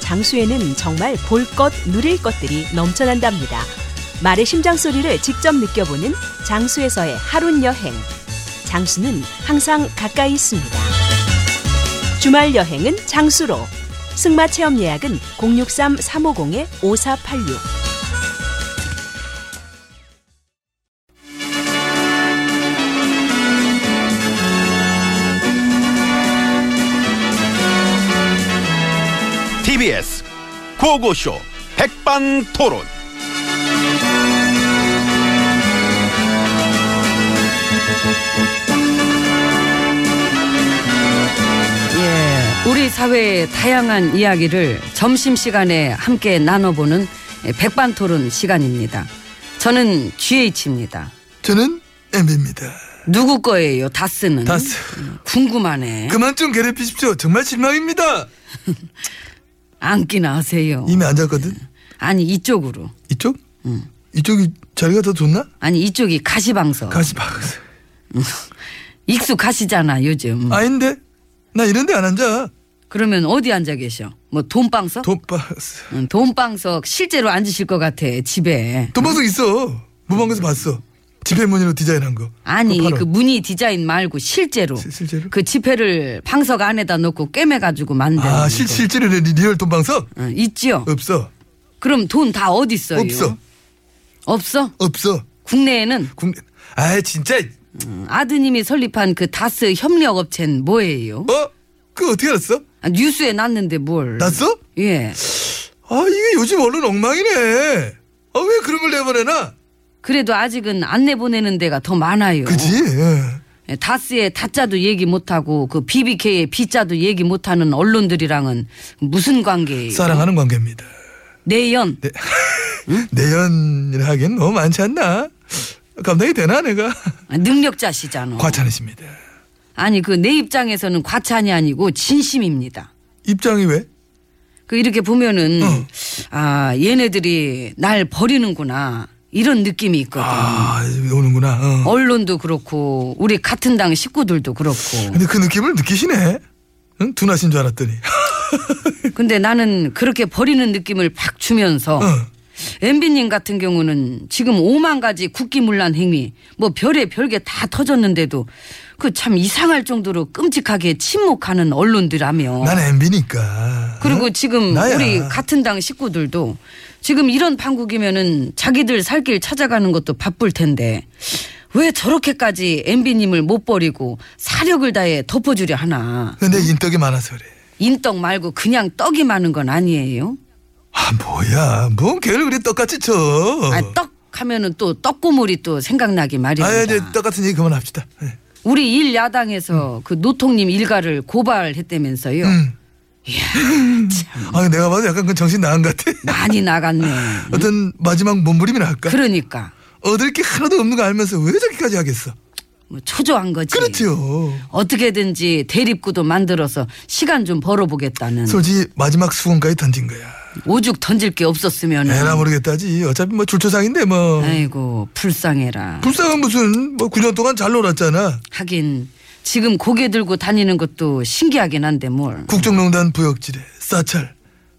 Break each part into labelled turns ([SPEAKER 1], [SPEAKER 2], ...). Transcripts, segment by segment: [SPEAKER 1] 장수에는 정말 볼 것, 누릴 것들이 넘쳐난답니다. 말의 심장 소리를 직접 느껴보는 장수에서의 하룬 여행. 장수는 항상 가까이 있습니다. 주말 여행은 장수로. 승마 체험 예약은 063-350-5486.
[SPEAKER 2] TBS 고고쇼 백반토론.
[SPEAKER 3] 예, 우리 사회의 다양한 이야기를 점심시간에 함께 나눠보는 백반토론 시간입니다. 저는 GH입니다.
[SPEAKER 4] 저는 엠비입니다.
[SPEAKER 3] 누구 거예요? 다스는?
[SPEAKER 4] 다스.
[SPEAKER 3] 음, 궁금하네.
[SPEAKER 4] 그만 좀 괴롭히십시오. 정말 실망입니다.
[SPEAKER 3] 앉기나 하세요.
[SPEAKER 4] 이미 앉았거든.
[SPEAKER 3] 아니, 이쪽으로.
[SPEAKER 4] 이쪽?
[SPEAKER 3] 음.
[SPEAKER 4] 이쪽이 자리가 더 좋나?
[SPEAKER 3] 아니, 이쪽이 가시방석.
[SPEAKER 4] 가시 박스.
[SPEAKER 3] 익숙하시잖아, 요즘.
[SPEAKER 4] 아닌데? 나 이런데 안 앉아.
[SPEAKER 3] 그러면 어디 앉아 계셔? 뭐 돈방석?
[SPEAKER 4] 돈박스.
[SPEAKER 3] 음, 돈방석 실제로 앉으실 것 같아, 집에.
[SPEAKER 4] 돈박스 있어. 무방에서 봤어. 집행문의로 디자인한 거.
[SPEAKER 3] 아니
[SPEAKER 4] 그거 팔아.
[SPEAKER 3] 그 무늬 디자인 말고 실제로
[SPEAKER 4] 시- 실제로?
[SPEAKER 3] 그 지폐를 방석 안에다 넣고 꿰매가지고 만드는
[SPEAKER 4] 아,
[SPEAKER 3] 거.
[SPEAKER 4] 실, 실제로 리- 리얼 돈방석?
[SPEAKER 3] 어, 있지요.
[SPEAKER 4] 없어.
[SPEAKER 3] 그럼 돈 다 어디 있어요?
[SPEAKER 4] 없어.
[SPEAKER 3] 없어?
[SPEAKER 4] 없어.
[SPEAKER 3] 국내에는
[SPEAKER 4] 국내. 아, 진짜.
[SPEAKER 3] 음, 아드님이 설립한 그 다스 협력 업체는 뭐예요?
[SPEAKER 4] 어? 그거 어떻게 알았어?
[SPEAKER 3] 아, 뉴스에 났는데 뭘?
[SPEAKER 4] 났어?
[SPEAKER 3] 예.
[SPEAKER 4] 아, 이게 요즘 언론 엉망이네. 아, 왜 그런 걸 내보내나?
[SPEAKER 3] 그래도 아직은 안 내보내는 데가 더 많아요.
[SPEAKER 4] 그지? 예.
[SPEAKER 3] 예, 다스의 다자도 얘기 못하고 그 BBK의 B자도 얘기 못하는 언론들이랑은 무슨 관계예요?
[SPEAKER 4] 사랑하는 관계입니다.
[SPEAKER 3] 내연.
[SPEAKER 4] 네. 내연이라 하긴 너무 많지 않나? 감당이 되나 내가?
[SPEAKER 3] 아, 능력자시잖아.
[SPEAKER 4] 과찬이십니다.
[SPEAKER 3] 아니 그 내 입장에서는 과찬이 아니고 진심입니다.
[SPEAKER 4] 입장이 왜?
[SPEAKER 3] 그 이렇게 보면은 아 얘네들이 날 버리는구나 이런 느낌이 있거든.
[SPEAKER 4] 아 오는구나. 어.
[SPEAKER 3] 언론도 그렇고 우리 같은 당 식구들도 그렇고.
[SPEAKER 4] 근데 그 느낌을 느끼시네. 응? 둔하신 줄 알았더니.
[SPEAKER 3] 근데 나는 그렇게 버리는 느낌을 팍 주면서 엠비님 같은 경우는 지금 오만 가지 국기문란 행위 뭐 별의 별게 다 터졌는데도 그 참 이상할 정도로 끔찍하게 침묵하는 언론들하며.
[SPEAKER 4] 난 엠비니까.
[SPEAKER 3] 어. 그리고 지금
[SPEAKER 4] 나야.
[SPEAKER 3] 우리 같은 당 식구들도 지금 이런 판국이면은 자기들 살 길 찾아가는 것도 바쁠 텐데 왜 저렇게까지 MB님을 못 버리고 사력을 다해 덮어주려 하나.
[SPEAKER 4] 근데 인덕이 많아서 그래.
[SPEAKER 3] 인떡 말고 그냥 떡이 많은 건 아니에요?
[SPEAKER 4] 아 뭐야? 뭔 개를 그래 똑같이 쳐.
[SPEAKER 3] 아, 떡 하면은 또 떡고물이 또 생각나기
[SPEAKER 4] 어. 아 이제
[SPEAKER 3] 마련이다.
[SPEAKER 4] 똑같은 얘기 그만합시다. 예.
[SPEAKER 3] 우리 일 야당에서 그 노통님 일가를 고발했다면서요.
[SPEAKER 4] 음. 아 내가 봐도 약간 그 정신 나간 것 같아.
[SPEAKER 3] 많이 나갔네.
[SPEAKER 4] 어떤 마지막 몸부림이나 할까?
[SPEAKER 3] 그러니까
[SPEAKER 4] 얻을 게 하나도 없는 거 알면서 왜 저기까지 하겠어?
[SPEAKER 3] 뭐 초조한 거지.
[SPEAKER 4] 그렇죠.
[SPEAKER 3] 음. 어떻게든지 대립구도 만들어서 시간 좀 벌어보겠다는
[SPEAKER 4] 솔직히 마지막 수건까지 던진 거야.
[SPEAKER 3] 오죽 던질 게 없었으면
[SPEAKER 4] 에라 모르겠다지. 어차피 뭐 줄초상인데 뭐.
[SPEAKER 3] 음. 아이고 불쌍해라
[SPEAKER 4] 불쌍한 무슨 뭐 9년 동안 잘 놀았잖아.
[SPEAKER 3] 하긴 지금 고개 들고 다니는 것도 신기하긴 한데 뭘
[SPEAKER 4] 국정농단 부역질에 사찰,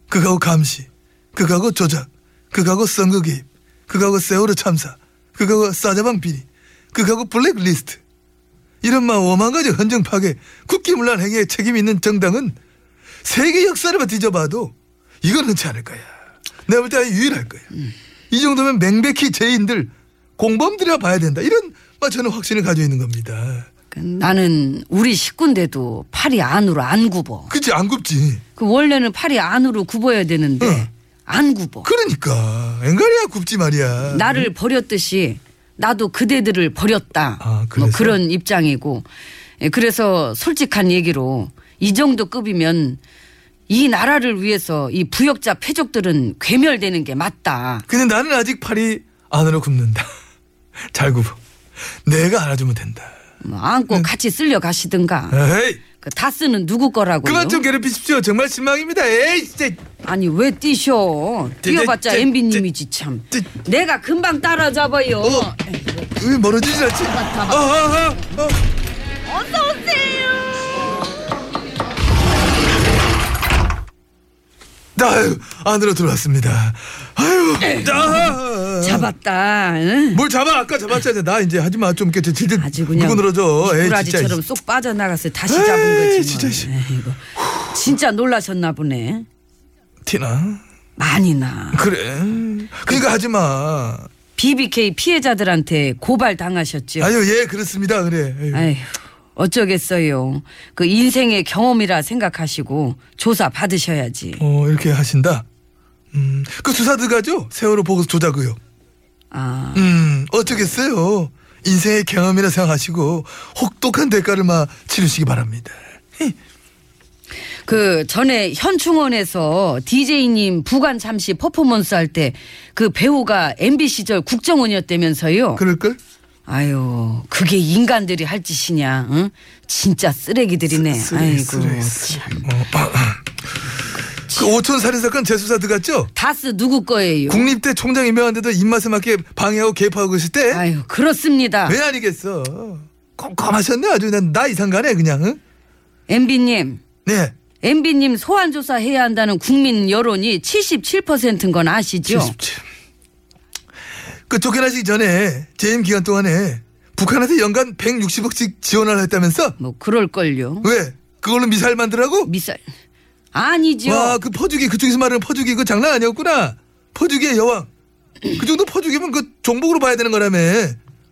[SPEAKER 4] 그거하고 감시, 그거하고 조작, 그거하고 선거 개입, 그거하고 세월호 참사, 그거하고 사자방 비리, 그거하고 블랙리스트. 이런 막 오만 가지 헌정 파괴, 국기문란 행위에 책임 있는 정당은 세계 역사를 뒤져봐도 이건 흔치 않을 거야. 내가 볼 때 아예 유일할 거예요. 이 정도면 맹백히 죄인들 공범들이라 봐야 된다. 이런 막 저는 확신을 가지고 있는 겁니다.
[SPEAKER 3] 그 나는 우리 식구인데도 팔이 안으로 안 굽어.
[SPEAKER 4] 그치 안 굽지.
[SPEAKER 3] 그 원래는 팔이 안으로 굽어야 되는데
[SPEAKER 4] 응.
[SPEAKER 3] 안 굽어.
[SPEAKER 4] 그러니까 앵간이야 굽지 말이야.
[SPEAKER 3] 나를 버렸듯이 나도 그대들을 버렸다.
[SPEAKER 4] 아,
[SPEAKER 3] 뭐
[SPEAKER 4] 그래서?
[SPEAKER 3] 그런 입장이고. 예, 그래서 솔직한 얘기로 이 정도 급이면 이 나라를 위해서 이 부역자 패족들은 괴멸되는 게 맞다.
[SPEAKER 4] 근데 나는 아직 팔이 안으로 굽는다. 잘 굽어. 내가 알아주면 된다.
[SPEAKER 3] 뭐 안고 같이 쓸려 가시든가.
[SPEAKER 4] 에이
[SPEAKER 3] 그 다스는 누구 거라고요?
[SPEAKER 4] 그만 좀 괴롭히십시오. 정말 실망입니다. 에이 진짜.
[SPEAKER 3] 아니 왜 뛰셔? 뛰어봤자
[SPEAKER 4] 제- 제-
[SPEAKER 3] MB님이지 참.
[SPEAKER 4] 제-
[SPEAKER 3] 내가 금방 따라잡아요.
[SPEAKER 4] 어. 왜 멀어지지 않지? 아, 아, 아, 아. 아유, 안으로 들어왔습니다. 아유, 아,
[SPEAKER 3] 잡았다. 응?
[SPEAKER 4] 뭘 잡아? 아까 잡았잖아. 나 이제 하지 마. 좀 이렇게 질질
[SPEAKER 3] 아주 그냥
[SPEAKER 4] 물고 늘어져. 에이, 진짜.
[SPEAKER 3] 브라지처럼 쏙 빠져나가서 다시
[SPEAKER 4] 에이,
[SPEAKER 3] 잡은 거지. 뭐.
[SPEAKER 4] 진짜, 씨.
[SPEAKER 3] 에이구. 진짜 놀라셨나 보네.
[SPEAKER 4] 티나?
[SPEAKER 3] 많이 나.
[SPEAKER 4] 그래. 그러니까 하지 마.
[SPEAKER 3] BBK 피해자들한테 고발 당하셨죠.
[SPEAKER 4] 아유, 예, 그렇습니다. 그래. 아유.
[SPEAKER 3] 아휴, 어쩌겠어요. 그 인생의 경험이라 생각하시고 조사 받으셔야지.
[SPEAKER 4] 어, 이렇게 하신다. 음, 그 수사 들어가죠? 세월호 보고서 조작 의혹.
[SPEAKER 3] 아,
[SPEAKER 4] 음, 어쩌겠어요. 인생의 경험이라 생각하시고 혹독한 대가를 막 치르시기 바랍니다.
[SPEAKER 3] 그 전에 현충원에서 DJ님 부관 잠시 퍼포먼스 할 때 그 배우가 MB 시절 국정원이었다면서요.
[SPEAKER 4] 그럴걸?
[SPEAKER 3] 아유, 그게 인간들이 할 짓이냐? 응? 진짜 쓰레기들이네.
[SPEAKER 4] 쓰레기,
[SPEAKER 3] 아이고.
[SPEAKER 4] 쓰레기,
[SPEAKER 3] 참.
[SPEAKER 4] 쓰레기. 어, 아, 아. 그 오촌 살인 사건 재수사 들어갔죠?
[SPEAKER 3] 다스 누구 거예요?
[SPEAKER 4] 국립대 총장 임명한데도 입맛에 맞게 방해하고 개입하고 있을 때 왜
[SPEAKER 3] 아유, 그렇습니다.
[SPEAKER 4] 네? 아니겠어? 꼼꼼하셨네 아주 난 나 이상 가네 그냥. 응?
[SPEAKER 3] MB님,
[SPEAKER 4] 네,
[SPEAKER 3] MB님 소환 조사해야 한다는 국민 여론이 77%인 건 아시죠?
[SPEAKER 4] 77. 그 쫓겨나시기 전에 재임 기간 동안에 북한한테 연간 160억씩 지원을 했다면서?
[SPEAKER 3] 뭐 그럴 걸요.
[SPEAKER 4] 왜? 그걸로 미사일 만들라고?
[SPEAKER 3] 미사일 아니죠.
[SPEAKER 4] 와, 그 퍼주기 그쪽에서 말하는 퍼주기 그 장난 아니었구나. 퍼주기의 여왕. 그 정도 퍼주기면 그 종복으로 봐야 되는 거라며.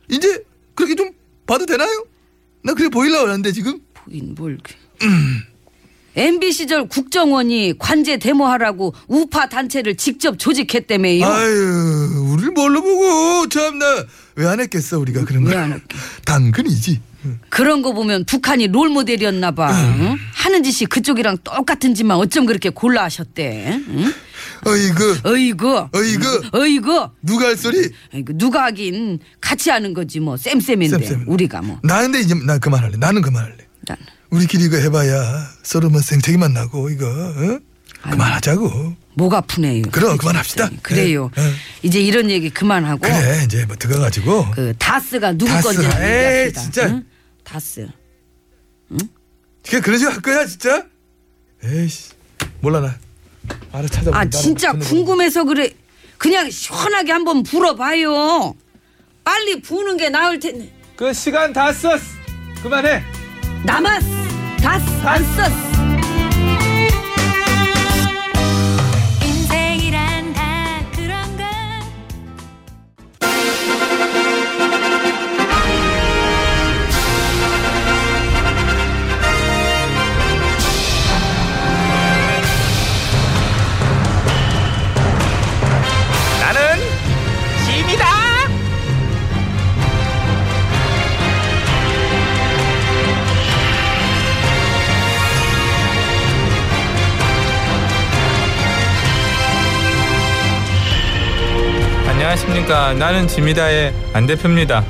[SPEAKER 4] 이제 그렇게 좀 봐도 되나요? 나 그래 보일라 그러는데 지금.
[SPEAKER 3] 보긴 뭘. 그- MB 시절 국정원이 관제 데모하라고 우파 단체를 직접 조직했다며요.
[SPEAKER 4] 아유, 우리를 뭘로 보고 참나 왜 안 했겠어 우리가 그런 거.
[SPEAKER 3] 왜안 했게?
[SPEAKER 4] 당근이지.
[SPEAKER 3] 그런 거 보면 북한이 롤 모델이었나 봐.
[SPEAKER 4] 음.
[SPEAKER 3] 응? 하는 짓이 그쪽이랑 똑같은 지만 어쩜 그렇게 골라 하셨대. 응?
[SPEAKER 4] 어이구,
[SPEAKER 3] 어이구.
[SPEAKER 4] 어이구.
[SPEAKER 3] 어이구.
[SPEAKER 4] 누가 할 소리?
[SPEAKER 3] 아이고, 누가 하긴 같이 하는 거지 뭐 쌤쌤인데
[SPEAKER 4] 쌤쌤.
[SPEAKER 3] 우리가 뭐.
[SPEAKER 4] 나 근데 이제 나 그만할래. 나는 그만할래.
[SPEAKER 3] 난-
[SPEAKER 4] 우리끼리 이거 해봐야 서로 뭐 생채기만 나고 이거 어? 그만하자고.
[SPEAKER 3] 목 아프네요.
[SPEAKER 4] 그럼 그만합시다.
[SPEAKER 3] 그래요.
[SPEAKER 4] 예, 예.
[SPEAKER 3] 이제 이런 얘기 그만하고
[SPEAKER 4] 그래 이제 뭐 들어가지고
[SPEAKER 3] 그 다스가 누구
[SPEAKER 4] 다스.
[SPEAKER 3] 건지 한번
[SPEAKER 4] 에이,
[SPEAKER 3] 얘기합시다.
[SPEAKER 4] 진짜.
[SPEAKER 3] 응? 다스.
[SPEAKER 4] 그냥 그런 식으로 할 거야 진짜? 에이씨 몰라 나 알아 찾아본다.
[SPEAKER 3] 아 진짜 궁금해서 그래. 그냥 시원하게 한번 불어봐요. 빨리 부는 게 나을 텐데.
[SPEAKER 5] 그 시간 다 썼. 그만해.
[SPEAKER 3] 남았. 다스 안 썼.
[SPEAKER 6] 인생이란 다 그런 걸
[SPEAKER 5] 나는 짐이다.
[SPEAKER 7] 안녕하십니까. 나는 지미다의 안 대표입니다.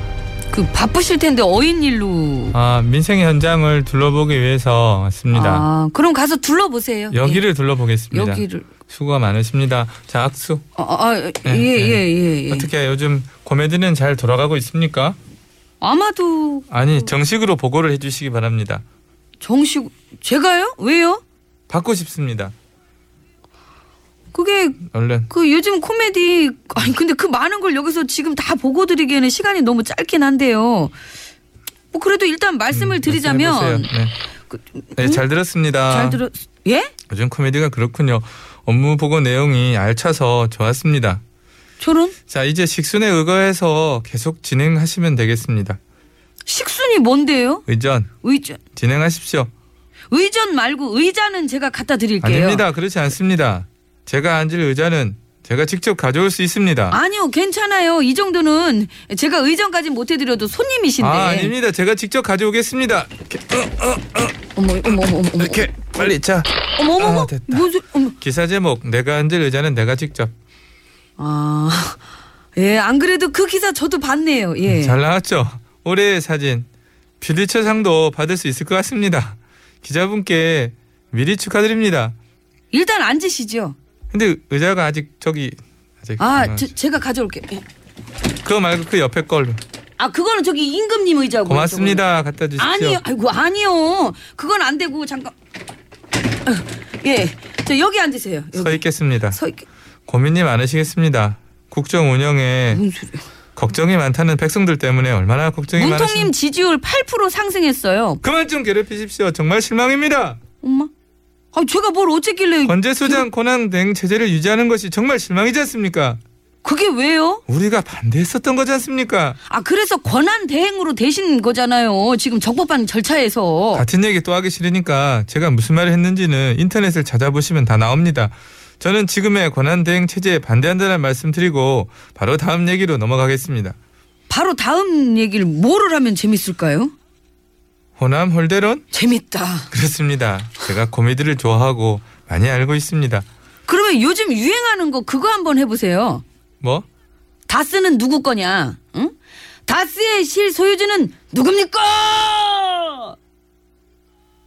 [SPEAKER 3] 그 바쁘실 텐데 어인 일로.
[SPEAKER 7] 아, 민생 현장을 둘러보기 위해서 왔습니다.
[SPEAKER 3] 아 그럼 가서 둘러보세요.
[SPEAKER 7] 여기를
[SPEAKER 3] 예.
[SPEAKER 7] 둘러보겠습니다.
[SPEAKER 3] 여기를. 어,
[SPEAKER 7] 수고가 많으십니다. 자, 악수.
[SPEAKER 3] 아예예예
[SPEAKER 7] 예,
[SPEAKER 3] 예, 예.
[SPEAKER 7] 어떻게 요즘 코미디는 잘 돌아가고 있습니까?
[SPEAKER 3] 아마도
[SPEAKER 7] 아니, 정식으로 보고를 해주시기 바랍니다.
[SPEAKER 3] 정식 제가요? 왜요?
[SPEAKER 7] 받고 싶습니다.
[SPEAKER 3] 그게
[SPEAKER 7] 얼른.
[SPEAKER 3] 그 요즘 코미디 아니 근데 그 많은 걸 여기서 지금 다 보고 드리기에는 시간이 너무 짧긴 한데요. 뭐 그래도 일단
[SPEAKER 7] 음,
[SPEAKER 3] 말씀을 드리자면
[SPEAKER 7] 말씀해보세요. 네.
[SPEAKER 3] 그,
[SPEAKER 7] 네, 잘 들었습니다.
[SPEAKER 3] 잘 들어 예?
[SPEAKER 7] 요즘 코미디가 그렇군요.
[SPEAKER 8] 업무 보고 내용이 알차서 좋았습니다.
[SPEAKER 3] 저런
[SPEAKER 8] 자, 이제 식순에 의거해서 계속 진행하시면 되겠습니다.
[SPEAKER 3] 식순이 뭔데요?
[SPEAKER 8] 의전
[SPEAKER 3] 의전
[SPEAKER 8] 진행하십시오.
[SPEAKER 3] 의전 말고 의자는 제가 갖다 드릴게요.
[SPEAKER 8] 아닙니다. 그렇지 않습니다. 제가 앉을 의자는 제가 직접 가져올 수 있습니다.
[SPEAKER 3] 아니요, 괜찮아요. 이 정도는 제가 의전까지 못 해드려도 손님이신데.
[SPEAKER 8] 아, 닙니다 제가 직접 가져오겠습니다.
[SPEAKER 3] 어머, 어머, 어머, 어머.
[SPEAKER 8] 이렇게 빨리 자.
[SPEAKER 3] 어머, 어머, 어머.
[SPEAKER 8] 아, 됐다.
[SPEAKER 3] 무슨? 어머.
[SPEAKER 8] 기사 제목 내가 앉을 의자는 내가 직접.
[SPEAKER 3] 아, 예, 안 그래도 그 기사 저도 봤네요. 예.
[SPEAKER 8] 음, 잘 나왔죠? 올해의 사진 퓨리처 상도 받을 수 있을 것 같습니다. 기자분께 미리 축하드립니다.
[SPEAKER 3] 일단 앉으시죠.
[SPEAKER 8] 근데 의자가 아직 저기 아직
[SPEAKER 3] 아,
[SPEAKER 8] 어,
[SPEAKER 3] 저- 제가 가져올게요. 예.
[SPEAKER 8] 그거 말고 그 옆에 걸로
[SPEAKER 3] 아, 그거는 저기 임금님 의자고.
[SPEAKER 8] 고맙습니다. 갖다 주십시오.
[SPEAKER 3] 아니요, 아이고 아니요. 그건 안 되고 잠깐. 아휴, 예, 저 여기 앉으세요. 여기.
[SPEAKER 8] 서 있겠습니다.
[SPEAKER 3] 서 있게.
[SPEAKER 8] 고민이 많으시겠습니다. 국정 운영에
[SPEAKER 3] 무슨 소리야?
[SPEAKER 8] 걱정이 많다는 백성들 때문에 얼마나 걱정이 많으신
[SPEAKER 3] 문통님 지지율 8% 상승했어요.
[SPEAKER 8] 그만 좀 괴롭히십시오. 정말 실망입니다.
[SPEAKER 3] 엄마. 아, 제가 뭘 어쨌길래
[SPEAKER 8] 권재 소장 권한 대행 체제를 유지하는 것이 정말 실망이지 않습니까?
[SPEAKER 3] 그게 왜요?
[SPEAKER 8] 우리가 반대했었던 거지 않습니까?
[SPEAKER 3] 아, 그래서 권한 대행으로 되신 거잖아요. 지금 적법한 절차에서.
[SPEAKER 8] 같은 얘기 또 하기 싫으니까 제가 무슨 말을 했는지는 인터넷을 찾아보시면 다 나옵니다. 저는 지금의 권한 대행 체제에 반대한다는 말씀 드리고 바로 다음 얘기로 넘어가겠습니다.
[SPEAKER 3] 바로 다음 얘기를 뭐를 하면 재밌을까요?
[SPEAKER 8] 호남 홀대론?
[SPEAKER 3] 재밌다.
[SPEAKER 8] 그렇습니다. 제가 코미디를 좋아하고 많이 알고 있습니다.
[SPEAKER 3] 그러면 요즘 유행하는 거 그거 한번 해보세요.
[SPEAKER 8] 뭐?
[SPEAKER 3] 다스는 누구 거냐? 응? 다스의 실소유주는 누굽니까?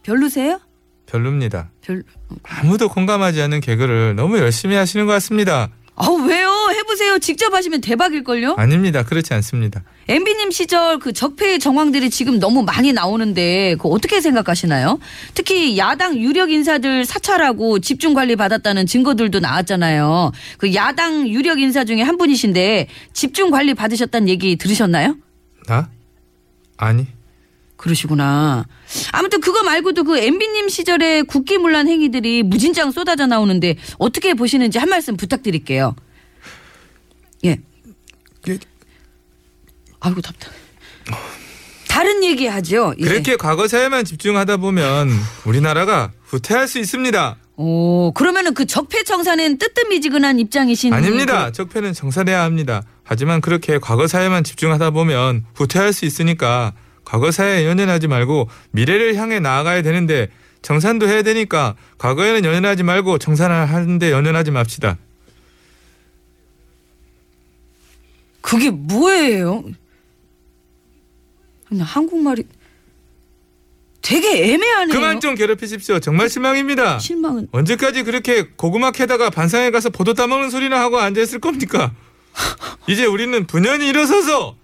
[SPEAKER 3] 별로세요?
[SPEAKER 8] 별로입니다.
[SPEAKER 3] 별.
[SPEAKER 8] 아무도 공감하지 않는 개그를 너무 열심히 하시는 것 같습니다.
[SPEAKER 3] 아 왜요? 해보세요. 직접 하시면 대박일걸요.
[SPEAKER 8] 아닙니다. 그렇지 않습니다.
[SPEAKER 3] MB님 시절 그 적폐의 정황들이 지금 너무 많이 나오는데 그거 어떻게 생각하시나요? 특히 야당 유력 인사들 사찰하고 집중 관리 받았다는 증거들도 나왔잖아요. 그 야당 유력 인사 중에 한 분이신데 집중 관리 받으셨다는 얘기 들으셨나요?
[SPEAKER 8] 나? 아니.
[SPEAKER 3] 그러시구나. 아무튼 그거 말고도 그 MB님 시절에 국기문란 행위들이 무진장 쏟아져 나오는데 어떻게 보시는지 한 말씀 부탁드릴게요. 예.
[SPEAKER 8] 그-
[SPEAKER 3] 아이고 답답해. 다른 얘기 하죠. 예.
[SPEAKER 8] 그렇게 과거사에만 집중하다 보면 우리나라가 후퇴할 수 있습니다.
[SPEAKER 3] 오, 그러면은 그 적폐청산은 뜨뜻미지근한
[SPEAKER 8] 음,
[SPEAKER 3] 입장이신
[SPEAKER 8] 아닙니다. 적폐는 정산해야 합니다. 하지만 그렇게 과거사에만 집중하다 보면 후퇴할 수 있으니까 과거사에 연연하지 말고 미래를 향해 나아가야 되는데 정산도 해야 되니까 과거에는 연연하지 말고 정산을 하는데 연연하지 맙시다.
[SPEAKER 3] 그게 뭐예요? 나 한국말이 되게 애매하네요.
[SPEAKER 8] 그만 좀 괴롭히십시오. 정말 실망입니다.
[SPEAKER 3] 실망은
[SPEAKER 8] 언제까지 그렇게 고구마 캐다가 반상회 가서 보도 따먹는 소리나 하고 앉아있을 겁니까? 이제 우리는 분연히 일어서서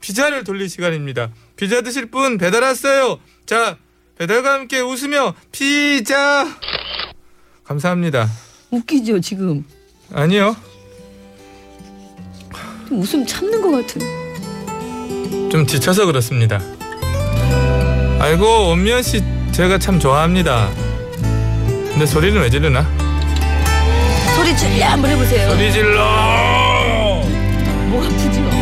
[SPEAKER 8] 피자를 돌릴 시간입니다. 피자 드실 분 배달 왔어요. 자, 배달과 함께 웃으며 피자. 감사합니다.
[SPEAKER 3] 웃기죠 지금.
[SPEAKER 8] 아니요.
[SPEAKER 3] 좀 웃음 참는 것 같은.
[SPEAKER 8] 좀 지쳐서 그렇습니다. 아이고, 엄미연 씨 제가 참 좋아합니다. 근데 소리는 왜 지르나?
[SPEAKER 3] 소리 질러 한번 해보세요.
[SPEAKER 8] 소리 질러!
[SPEAKER 3] 목 아프지요?